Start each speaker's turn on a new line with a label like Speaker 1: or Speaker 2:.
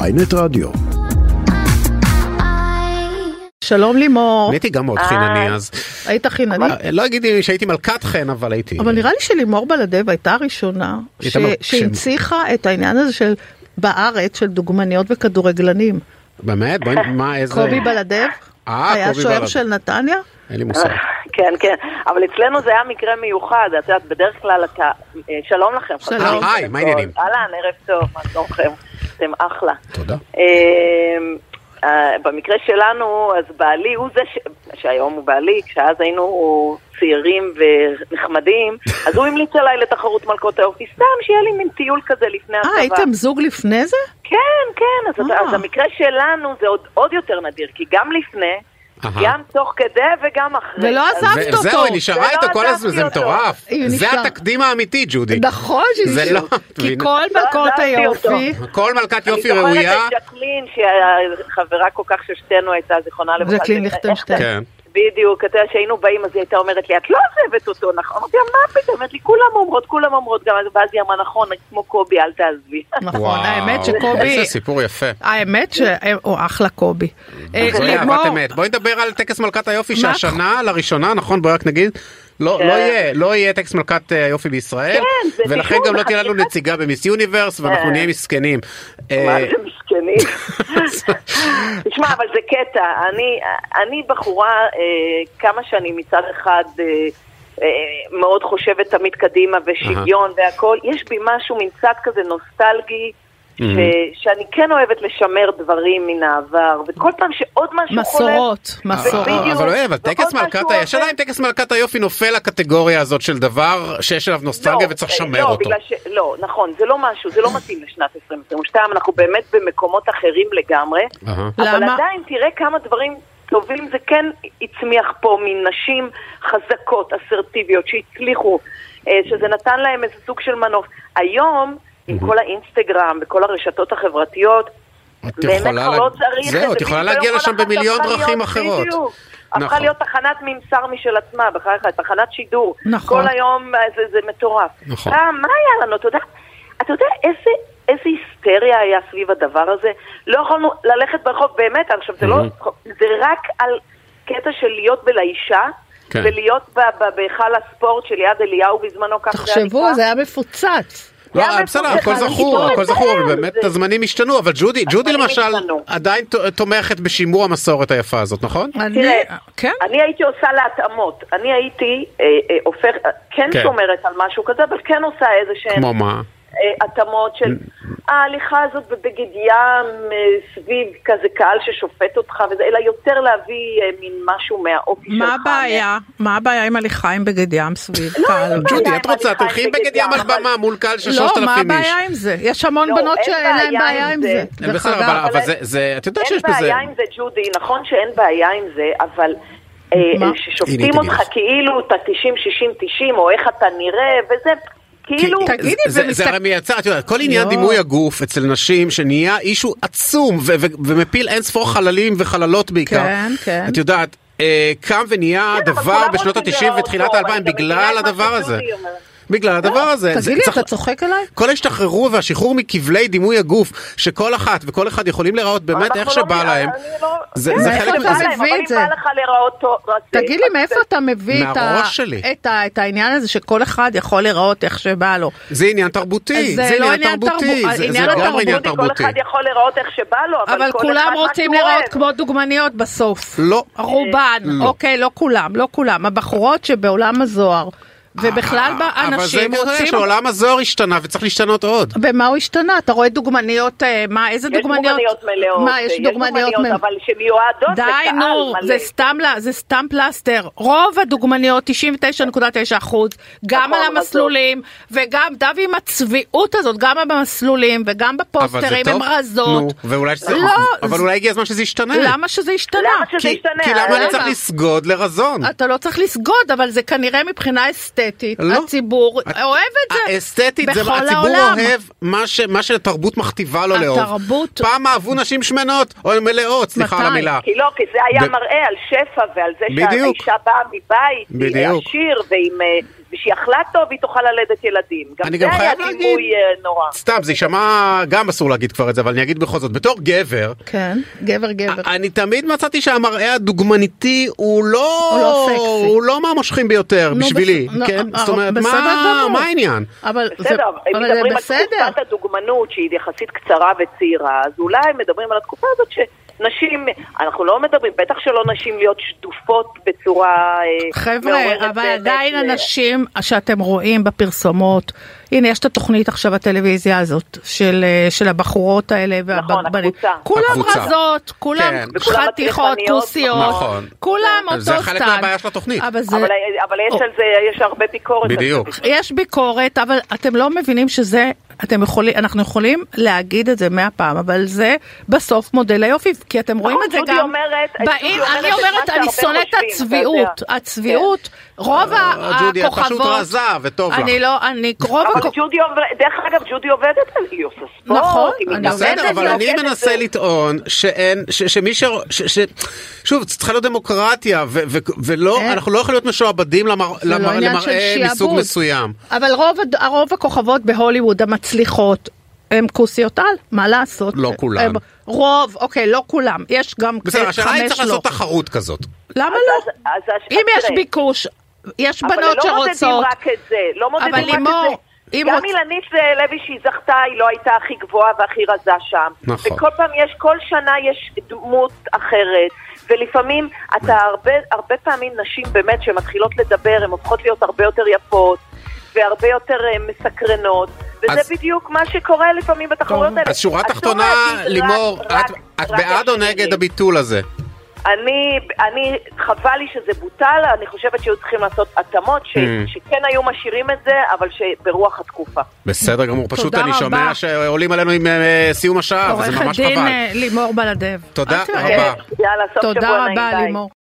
Speaker 1: ויינט רדיו.
Speaker 2: שלום לימור,
Speaker 3: הייתי גם מאוד חינני אז.
Speaker 2: היית חינני?
Speaker 3: אה, לא אגיד שהייתי מלכת חן, אבל הייתי.
Speaker 2: אבל נראה לי שלימור בלדב הייתה הראשונה
Speaker 3: היא
Speaker 2: ש-
Speaker 3: הייתה מ-
Speaker 2: שהנציחה את העניין הזה של בארץ של דוגמניות וכדורגלנים.
Speaker 3: באמת? בואי, מה, איזה...
Speaker 2: קובי בלדב?
Speaker 3: אה,
Speaker 2: היה
Speaker 3: קובי
Speaker 2: שוער
Speaker 3: בלדב.
Speaker 2: של נתניה?
Speaker 3: אין לי מושג.
Speaker 4: כן, כן, אבל אצלנו זה היה מקרה מיוחד, את יודעת, בדרך כלל אתה... אה, שלום לכם,
Speaker 2: שלום.
Speaker 4: חברים.
Speaker 3: אה, היי, מה העניינים?
Speaker 4: אהלן, ערב טוב, מה שלומכם? אתם אחלה.
Speaker 3: תודה.
Speaker 4: אמ, אה, במקרה שלנו, אז בעלי הוא זה ש... שהיום הוא בעלי, כשאז היינו צעירים ונחמדים, אז הוא המליץ עליי לתחרות מלכות האופי, סתם שיהיה לי מין טיול כזה לפני
Speaker 2: אה,
Speaker 4: הצבא.
Speaker 2: הייתם זוג לפני זה?
Speaker 4: כן, כן, אז,
Speaker 2: אה.
Speaker 4: אתה, אז המקרה שלנו זה עוד, עוד יותר נדיר, כי גם לפני,
Speaker 3: אהה.
Speaker 4: גם תוך כדי וגם אחרי.
Speaker 2: ולא
Speaker 4: אז-
Speaker 2: עזב אהבת אותו.
Speaker 3: זהו, היא נשארה
Speaker 4: לא
Speaker 3: איתו כל
Speaker 4: עזבתי
Speaker 3: הזמן, זה
Speaker 4: אותו.
Speaker 3: מטורף.
Speaker 2: היא
Speaker 3: זה
Speaker 2: נשארה.
Speaker 3: התקדים האמיתי, ג'ודי.
Speaker 2: נכון, שזה-
Speaker 3: זה לא-
Speaker 2: כי
Speaker 3: מבינה?
Speaker 2: כל
Speaker 4: לא
Speaker 2: מלכות
Speaker 4: עזבתי
Speaker 2: היופי,
Speaker 3: כל מלכת יופי
Speaker 4: אני
Speaker 3: ראויה.
Speaker 4: זוכרת את ג'קלין, שהחברה כל כך של שתינו הייתה, זיכרונה לברכה.
Speaker 2: ז'קלין
Speaker 4: זה-
Speaker 2: ליכטנשטיין.
Speaker 3: כן.
Speaker 4: בדיוק, אתה יודע, שהיינו באים, אז היא הייתה אומרת לי, את לא עוזבת אותו, נכון? אמרתי לה, מה פתאום? אמרת לי, כולם אומרות, כולם אומרות גם, אז- ואז היא אמרה, נכון, כמו קובי, אל תעזבי.
Speaker 2: נכון,
Speaker 3: וואו,
Speaker 2: האמת שקובי,
Speaker 3: איזה סיפור יפה.
Speaker 2: האמת ש... הוא אחלה קובי. אה,
Speaker 3: זוהי
Speaker 2: לימור,
Speaker 3: אהבת אמת. בואי נדבר על טקס מלכת היופי
Speaker 2: מה-
Speaker 3: שהשנה, לראשונה, נכון? בואי רק נגיד. לא
Speaker 4: כן.
Speaker 3: לא יהיה, לא יהיה טקס מלכת אה, היופי בישראל,
Speaker 4: כן, זה
Speaker 3: ולכן
Speaker 4: תיקון,
Speaker 3: גם לא תהיה לנו
Speaker 4: חתיכת-
Speaker 3: נציגה במיס יוניברס, ואנחנו
Speaker 4: כן.
Speaker 3: נהיה מסכנים.
Speaker 4: מה
Speaker 3: אה,
Speaker 4: זה מסכנים? תשמע, אבל זה קטע. אני, אני בחורה, אה, כמה שאני מצד אחד אה, אה, מאוד חושבת תמיד קדימה ושוויון והכול, יש בי משהו, מין צד כזה נוסטלגי. ש- שאני כן אוהבת לשמר דברים מן העבר, וכל פעם שעוד משהו חולף, אה,
Speaker 2: מסורות, מסורות.
Speaker 4: בדיוק.
Speaker 3: אבל אוהב, אבל
Speaker 4: ועוד
Speaker 3: טקס מלכת,
Speaker 4: משהו
Speaker 3: השאלה
Speaker 4: אחר.
Speaker 3: אם טקס מלכת היופי נופל לקטגוריה הזאת של דבר שיש עליו נוסטלגיה
Speaker 4: לא,
Speaker 3: וצריך
Speaker 4: אה,
Speaker 3: לשמר
Speaker 4: לא,
Speaker 3: אותו.
Speaker 4: בגלל ש... לא, נכון, זה לא משהו, זה לא מתאים לשנת 2022, אנחנו באמת במקומות אחרים לגמרי.
Speaker 3: אהה.
Speaker 4: אבל
Speaker 2: למה?
Speaker 4: עדיין, תראה כמה דברים טובים זה כן הצמיח פה מנשים חזקות, אסרטיביות, שהצליחו, אה, שזה נתן להם איזה סוג של מנוף. היום, עם כל האינסטגרם וכל הרשתות החברתיות,
Speaker 3: את יכולה
Speaker 4: באמת כבר
Speaker 3: לה-
Speaker 4: לא צריך...
Speaker 3: זהו,
Speaker 4: זה,
Speaker 3: את יכולה
Speaker 4: בדיוק,
Speaker 3: להגיע
Speaker 4: היום
Speaker 3: לשם
Speaker 4: כל אחת
Speaker 3: במיליון
Speaker 4: הפכה
Speaker 3: דרכים
Speaker 4: להיות-
Speaker 3: אחרות.
Speaker 4: בדיוק. הפכה
Speaker 3: נכון.
Speaker 4: להיות תחנת ממסר משל עצמה, בחייך, תחנת שידור.
Speaker 2: נכון.
Speaker 4: כל היום אה, זה, זה מטורף.
Speaker 3: נכון.
Speaker 4: פעם, מה היה לנו? אתה יודע, אתה יודע איזה, איזה היסטריה היה סביב הדבר הזה? לא יכולנו ללכת ברחוב, באמת, עכשיו זה לא... זה רק על קטע של להיות בלאישה.
Speaker 3: כן.
Speaker 4: ולהיות ב- ב- בהיכל הספורט של יד אליהו בזמנו, כך זה היה
Speaker 2: תחשבו,
Speaker 4: נקרא.
Speaker 2: זה היה מפוצץ.
Speaker 3: לא,
Speaker 4: למה
Speaker 3: אבל בסדר,
Speaker 4: אתה
Speaker 3: הכל
Speaker 4: בכלל
Speaker 3: זכור,
Speaker 4: מתעורר?
Speaker 3: הכל זכור, אבל
Speaker 4: זה-
Speaker 3: באמת הזמנים השתנו, אבל ג'ודי, ג'ודי
Speaker 4: הזמנים
Speaker 3: למשל
Speaker 4: השתנו.
Speaker 3: עדיין ת- תומכת בשימור המסורת היפה הזאת, נכון?
Speaker 2: אני,
Speaker 4: תראה,
Speaker 2: כן?
Speaker 4: אני הייתי עושה לה התאמות. אני הייתי אה, אה, הופך, אה, כן,
Speaker 3: כן.
Speaker 4: שומרת על משהו כזה, אבל כן עושה איזה שהן
Speaker 3: כמו מה?
Speaker 4: אה, התאמות של ההליכה הזאת בבגד ים, אה, סביב כזה קהל ששופט אותך וזה, אלא יותר להביא אה, מין משהו מהאופי שלך.
Speaker 2: מה הבעיה? מה הבעיה עם הליכה עם בגד ים סביב קהל?
Speaker 4: לא,
Speaker 3: ג'ודי,
Speaker 4: אני
Speaker 3: את רוצה,
Speaker 4: חיה
Speaker 3: תלכי עם
Speaker 4: בגד
Speaker 3: בגד ים
Speaker 4: ים,
Speaker 3: על
Speaker 4: אבל-
Speaker 3: במה מול קהל של
Speaker 2: לא, מה
Speaker 3: 3,000 איש.
Speaker 2: הבעיה עם זה? יש המון
Speaker 4: לא,
Speaker 2: בנות
Speaker 4: אין
Speaker 2: שאין להן
Speaker 4: בעיה
Speaker 2: בעיה
Speaker 4: עם
Speaker 2: עם
Speaker 4: זה.
Speaker 2: זה.
Speaker 3: אין,
Speaker 2: דרך
Speaker 3: בסדר,
Speaker 2: אגב.
Speaker 3: אבל- אבל זה- זה, את יודעת
Speaker 4: אין
Speaker 3: שיש בזה...
Speaker 4: בעיה עם זה, ג'ודי, נכון שאין בעיה עם זה, אבל... אה,
Speaker 2: מה?
Speaker 4: אה,
Speaker 3: הנה,
Speaker 4: ששופטים
Speaker 3: תגיד.
Speaker 4: אותך כאילו אתה 90, 60, 90, או איך אתה נראה, וזה, כאילו...
Speaker 3: כי-
Speaker 2: תגידי,
Speaker 3: זה- זה-
Speaker 2: ומסתכל-
Speaker 3: זה הרי מייצר, את יודעת, כל עניין
Speaker 2: לא.
Speaker 3: דימוי הגוף אצל נשים שנהיה אישו עצום ו- ו- ומפיל אין ספור חללים וחללות בעיקר.
Speaker 2: כן, כן.
Speaker 3: את יודעת, אה, קם ונהיה
Speaker 4: כן, אבל
Speaker 3: דבר
Speaker 4: כולם
Speaker 3: בשנות
Speaker 4: רוצים
Speaker 3: ה-90
Speaker 4: להראות
Speaker 3: ותחילת
Speaker 4: טוב,
Speaker 3: ה-2000
Speaker 4: אני גם מבינה
Speaker 3: בגלל
Speaker 4: את מה לא,
Speaker 3: הדבר הזה.
Speaker 4: שג'ודי אומרת.
Speaker 3: בגלל הדבר הזה. זה-
Speaker 2: תגידי,
Speaker 3: צריך-
Speaker 2: אתה צוחק עליי?
Speaker 3: כל ההשתחררו והשחרור מכבלי דימוי הגוף, שכל אחת וכל אחד יכולים להיראות באמת
Speaker 4: אנחנו
Speaker 3: איך
Speaker 4: לא
Speaker 3: שבא
Speaker 4: נראה-
Speaker 3: להם,
Speaker 4: אני לא-
Speaker 3: זה-
Speaker 4: כן,
Speaker 3: זה
Speaker 4: איך
Speaker 3: חלק
Speaker 4: שבא
Speaker 3: מזה.
Speaker 4: להם,
Speaker 2: מביא את
Speaker 4: אבל
Speaker 2: זה.
Speaker 4: אם בא לך להיראות טוב, רזה,
Speaker 2: תגיד לי,
Speaker 4: אז
Speaker 2: מאיפה
Speaker 4: זה-
Speaker 2: אתה מביא את ה-
Speaker 3: מהראש שלי.
Speaker 2: את ה- את העניין הזה שכל אחד יכול להיראות איך שבא לו?
Speaker 3: זה עניין תרבותי,
Speaker 2: אז זה
Speaker 3: זה
Speaker 2: לא
Speaker 3: עניין
Speaker 2: עניין
Speaker 3: תרבותי,
Speaker 2: תרבות,
Speaker 3: זה- זה
Speaker 2: עניין
Speaker 3: לגמרי עניין
Speaker 4: דודי, לא כל
Speaker 3: תרבותי.
Speaker 4: אחד יכול להיראות איך שבא לו, אבל,
Speaker 2: אבל
Speaker 4: כל
Speaker 2: כולם
Speaker 4: אחד מה
Speaker 2: רוצים
Speaker 4: שהוא
Speaker 2: להיראות
Speaker 4: אוהב.
Speaker 2: כמו דוגמניות בסוף.
Speaker 3: לא.
Speaker 2: רובן.
Speaker 3: לא.
Speaker 2: אוקיי, לא כולם, לא כולם. הבחורות שבעולם הזוהר, ובכלל
Speaker 3: אה, אבל זה
Speaker 2: באנשים
Speaker 3: כנראה
Speaker 2: רוצים...
Speaker 3: שעולם הזוהר השתנה וצריך להשתנות עוד.
Speaker 2: במה הוא השתנה? אתה רואה דוגמניות, אה, מה, איזה
Speaker 4: יש
Speaker 2: דוגמניות?
Speaker 4: דוגמניות מלאות,
Speaker 2: מה, יש דוגמניות מלאות?
Speaker 4: אבל שמיועדות
Speaker 2: די,
Speaker 4: לקהל
Speaker 2: נו,
Speaker 4: מלא.
Speaker 2: זה סתם, לה- זה סתם פלסטר. רוב הדוגמניות, 99.9 אחוז, גם על
Speaker 4: נכון, לא.
Speaker 2: המסלולים, וגם, דווי עם הצביעות הזאת, גם במסלולים וגם
Speaker 3: אבל זה
Speaker 2: בפוסטרים,
Speaker 3: טוב.
Speaker 2: הם רזות.
Speaker 3: נו, ואולי שזה...
Speaker 2: לא,
Speaker 3: אבל
Speaker 2: זה-
Speaker 3: אולי הגיע הזמן שזה ישתנה.
Speaker 2: למה שזה ישתנה?
Speaker 4: למה שזה
Speaker 3: כי
Speaker 4: ישתנה?
Speaker 3: כי למה אני
Speaker 2: למה?
Speaker 3: צריך לסגוד לרזון?
Speaker 2: אתה לא צריך לסגוד, אבל זה כנראה מבחינה אסתטית,
Speaker 3: לא.
Speaker 2: הציבור
Speaker 3: את-
Speaker 2: אוהב את זה.
Speaker 3: האסתטית, זה-
Speaker 2: בכל
Speaker 3: הציבור
Speaker 2: העולם.
Speaker 3: אוהב מה ש- מה שהתרבות מכתיבה לו לאהוב.
Speaker 2: התרבות-
Speaker 3: פעם אהבו נשים שמנות, או מלאות, סליחה על
Speaker 2: מתי?
Speaker 3: המילה.
Speaker 4: כי לא, כי זה היה
Speaker 3: ב-
Speaker 4: מראה על שפע ועל זה
Speaker 3: בדיוק.
Speaker 4: שהאישה באה מבית, היא
Speaker 3: בדיוק.
Speaker 4: עשיר ועם אה, ושהיא אכלה טוב, היא תוכל ללדת ילדים. גם
Speaker 3: אני
Speaker 4: זה
Speaker 3: גם
Speaker 4: היה
Speaker 3: חייב
Speaker 4: דימוי
Speaker 3: להגיד-
Speaker 4: אה, נורא.
Speaker 3: סתם, זה יישמע, גם אסור להגיד כבר את זה, אבל אני אגיד בכל זאת, בתור גבר,
Speaker 2: כן, גבר גבר.
Speaker 3: אני תמיד מצאתי שהמראה הדוגמניתי הוא לא...
Speaker 2: הוא לא סקסי.
Speaker 3: הוא לא מהמושכים ביותר
Speaker 2: נו,
Speaker 3: בשבילי,
Speaker 2: בס- נו,
Speaker 3: כן?
Speaker 2: אה,
Speaker 3: זאת אומרת,
Speaker 2: בסדר
Speaker 3: מה
Speaker 2: גמור.
Speaker 3: מה העניין?
Speaker 2: אבל זה-
Speaker 4: בסדר, אם
Speaker 2: אבל זה
Speaker 4: מדברים על
Speaker 2: בסדר.
Speaker 4: תקופת הדוגמנות שהיא יחסית קצרה וצעירה, אז אולי מדברים על התקופה הזאת שנשים, אנחנו לא מדברים, בטח שלא נשים להיות שדופות בצורה אה, מעוררת
Speaker 2: חבר'ה, אבל
Speaker 4: באמת,
Speaker 2: עדיין
Speaker 4: אה,
Speaker 2: אנשים שאתם רואים בפרסומות, הנה יש את התוכנית עכשיו הטלוויזיה הזאת של, אה, של הבחורות האלה והבנים.
Speaker 4: נכון, הקבוצה.
Speaker 2: כולם
Speaker 3: הקבוצה.
Speaker 2: רזות, כולם
Speaker 3: כן.
Speaker 4: וכולם
Speaker 2: חתיכות,
Speaker 4: מצליחניות.
Speaker 2: כוסיות,
Speaker 3: נכון.
Speaker 2: כולם אותו
Speaker 3: זה
Speaker 2: סטן.
Speaker 3: חלק מהבעיה של התוכנית.
Speaker 2: אבל זה...
Speaker 4: אבל, אה, אבל יש
Speaker 2: או.
Speaker 4: על זה, יש הרבה ביקורת. על זה.
Speaker 3: בדיוק.
Speaker 2: יש ביקורת, אבל אתם לא מבינים שזה, אתם יכולים, אנחנו יכולים להגיד את זה מאה פעם, אבל זה בסוף מודל היופי, כי אתם רואים
Speaker 4: נכון,
Speaker 2: את זה
Speaker 4: דודי
Speaker 2: גם,
Speaker 4: אומרת-
Speaker 2: בא-
Speaker 4: דודי אומרת
Speaker 2: אני
Speaker 4: את מה
Speaker 2: אומרת, אני
Speaker 4: שהרבה
Speaker 2: שונאת את
Speaker 4: חושבים, אתה
Speaker 2: הצביעות,
Speaker 4: יודע. כן.
Speaker 2: הצביעות, רוב ה-
Speaker 3: אה, ג'ודי, את פשוט
Speaker 2: הכוכבות,
Speaker 3: רזה וטוב
Speaker 2: אני
Speaker 3: לך.
Speaker 2: לא, אני, רוב
Speaker 4: אבל
Speaker 2: הכוכבות,
Speaker 4: ג'ודי עובדת, דרך אגב, ג'ודי עובדת על היא עושה ספורט,
Speaker 2: נכון,
Speaker 4: היא
Speaker 2: אני
Speaker 4: מתאמנת,
Speaker 2: עובדת,
Speaker 3: בסדר, אבל
Speaker 4: היא
Speaker 3: אני
Speaker 4: עובדת,
Speaker 3: מנסה
Speaker 4: זה-
Speaker 3: לטעון שאין, ש- שמי ש... ש- ש- שוב, צריכה להיות דמוקרטיה, ו- ו- ולא,
Speaker 2: אין.
Speaker 3: אנחנו לא יכולים להיות משועבדים למר-
Speaker 2: אה. זה לא
Speaker 3: למר-
Speaker 2: עניין של
Speaker 3: למראה מסוג
Speaker 2: שיעבוד.
Speaker 3: מסוים.
Speaker 2: אבל רוב, הד- הרוב הכוכבות בהוליווד המצליחות. הם כוסיות על, מה לעשות?
Speaker 3: לא כולן.
Speaker 2: הם- רוב, אוקיי, לא כולם. יש גם
Speaker 3: בסדר,
Speaker 2: חמש
Speaker 3: השאלה היא צריך
Speaker 2: לא.
Speaker 3: לעשות תחרות כזאת.
Speaker 2: למה
Speaker 4: אז-
Speaker 2: לא?
Speaker 4: אז- אז- אז-
Speaker 2: אם יש
Speaker 4: תראה.
Speaker 2: ביקוש, יש
Speaker 4: אוקיי. אבל
Speaker 2: בנות
Speaker 4: לא מודדים
Speaker 2: שרוצות.
Speaker 4: רק את זה, לא מודדים
Speaker 2: אבל
Speaker 4: רק
Speaker 2: לימור,
Speaker 4: את זה.
Speaker 2: אם
Speaker 4: גם
Speaker 2: רוצ-
Speaker 4: אילנית אה, לוי שהיא זכתה, היא לא הייתה הכי גבוהה והכי רזה שם.
Speaker 3: נכון.
Speaker 4: וכל פעם יש, כל שנה יש דמות אחרת. ולפעמים אתה הרבה, הרבה פעמים נשים באמת שמתחילות לדבר, הן הופכות להיות הרבה יותר יפות, והרבה יותר אה, מסקרנות. וזה
Speaker 3: אז-
Speaker 4: בדיוק מה שקורה לפעמים בתחרויות האלה.
Speaker 3: אז שורה
Speaker 4: אסור
Speaker 3: תחתונה,
Speaker 2: לא
Speaker 4: להגיד רק-
Speaker 3: לימור,
Speaker 4: רק-
Speaker 3: את- את
Speaker 4: רק
Speaker 3: בעד או נגד
Speaker 4: השני.
Speaker 3: הביטול הזה?
Speaker 4: אני, אני, חבל לי שזה בוטל, אני חושבת שהיו צריכים לעשות התאמות, ש,
Speaker 3: Mm.
Speaker 4: שכן היו משאירים את זה, אבל שברוח התקופה.
Speaker 3: בסדר גמור, פשוט
Speaker 2: תודה
Speaker 3: אני שומע
Speaker 2: רבה.
Speaker 3: שעולים עלינו עם אה, סיום השעה, וזה
Speaker 2: עורכת
Speaker 3: ממש
Speaker 2: דין
Speaker 3: חבל.
Speaker 2: אה, לימור בלדב.
Speaker 3: תודה
Speaker 2: את יודעת.
Speaker 3: רבה.
Speaker 4: יאללה, סוף שבוע נעים.
Speaker 2: תודה רבה
Speaker 4: ביי.
Speaker 2: לימור.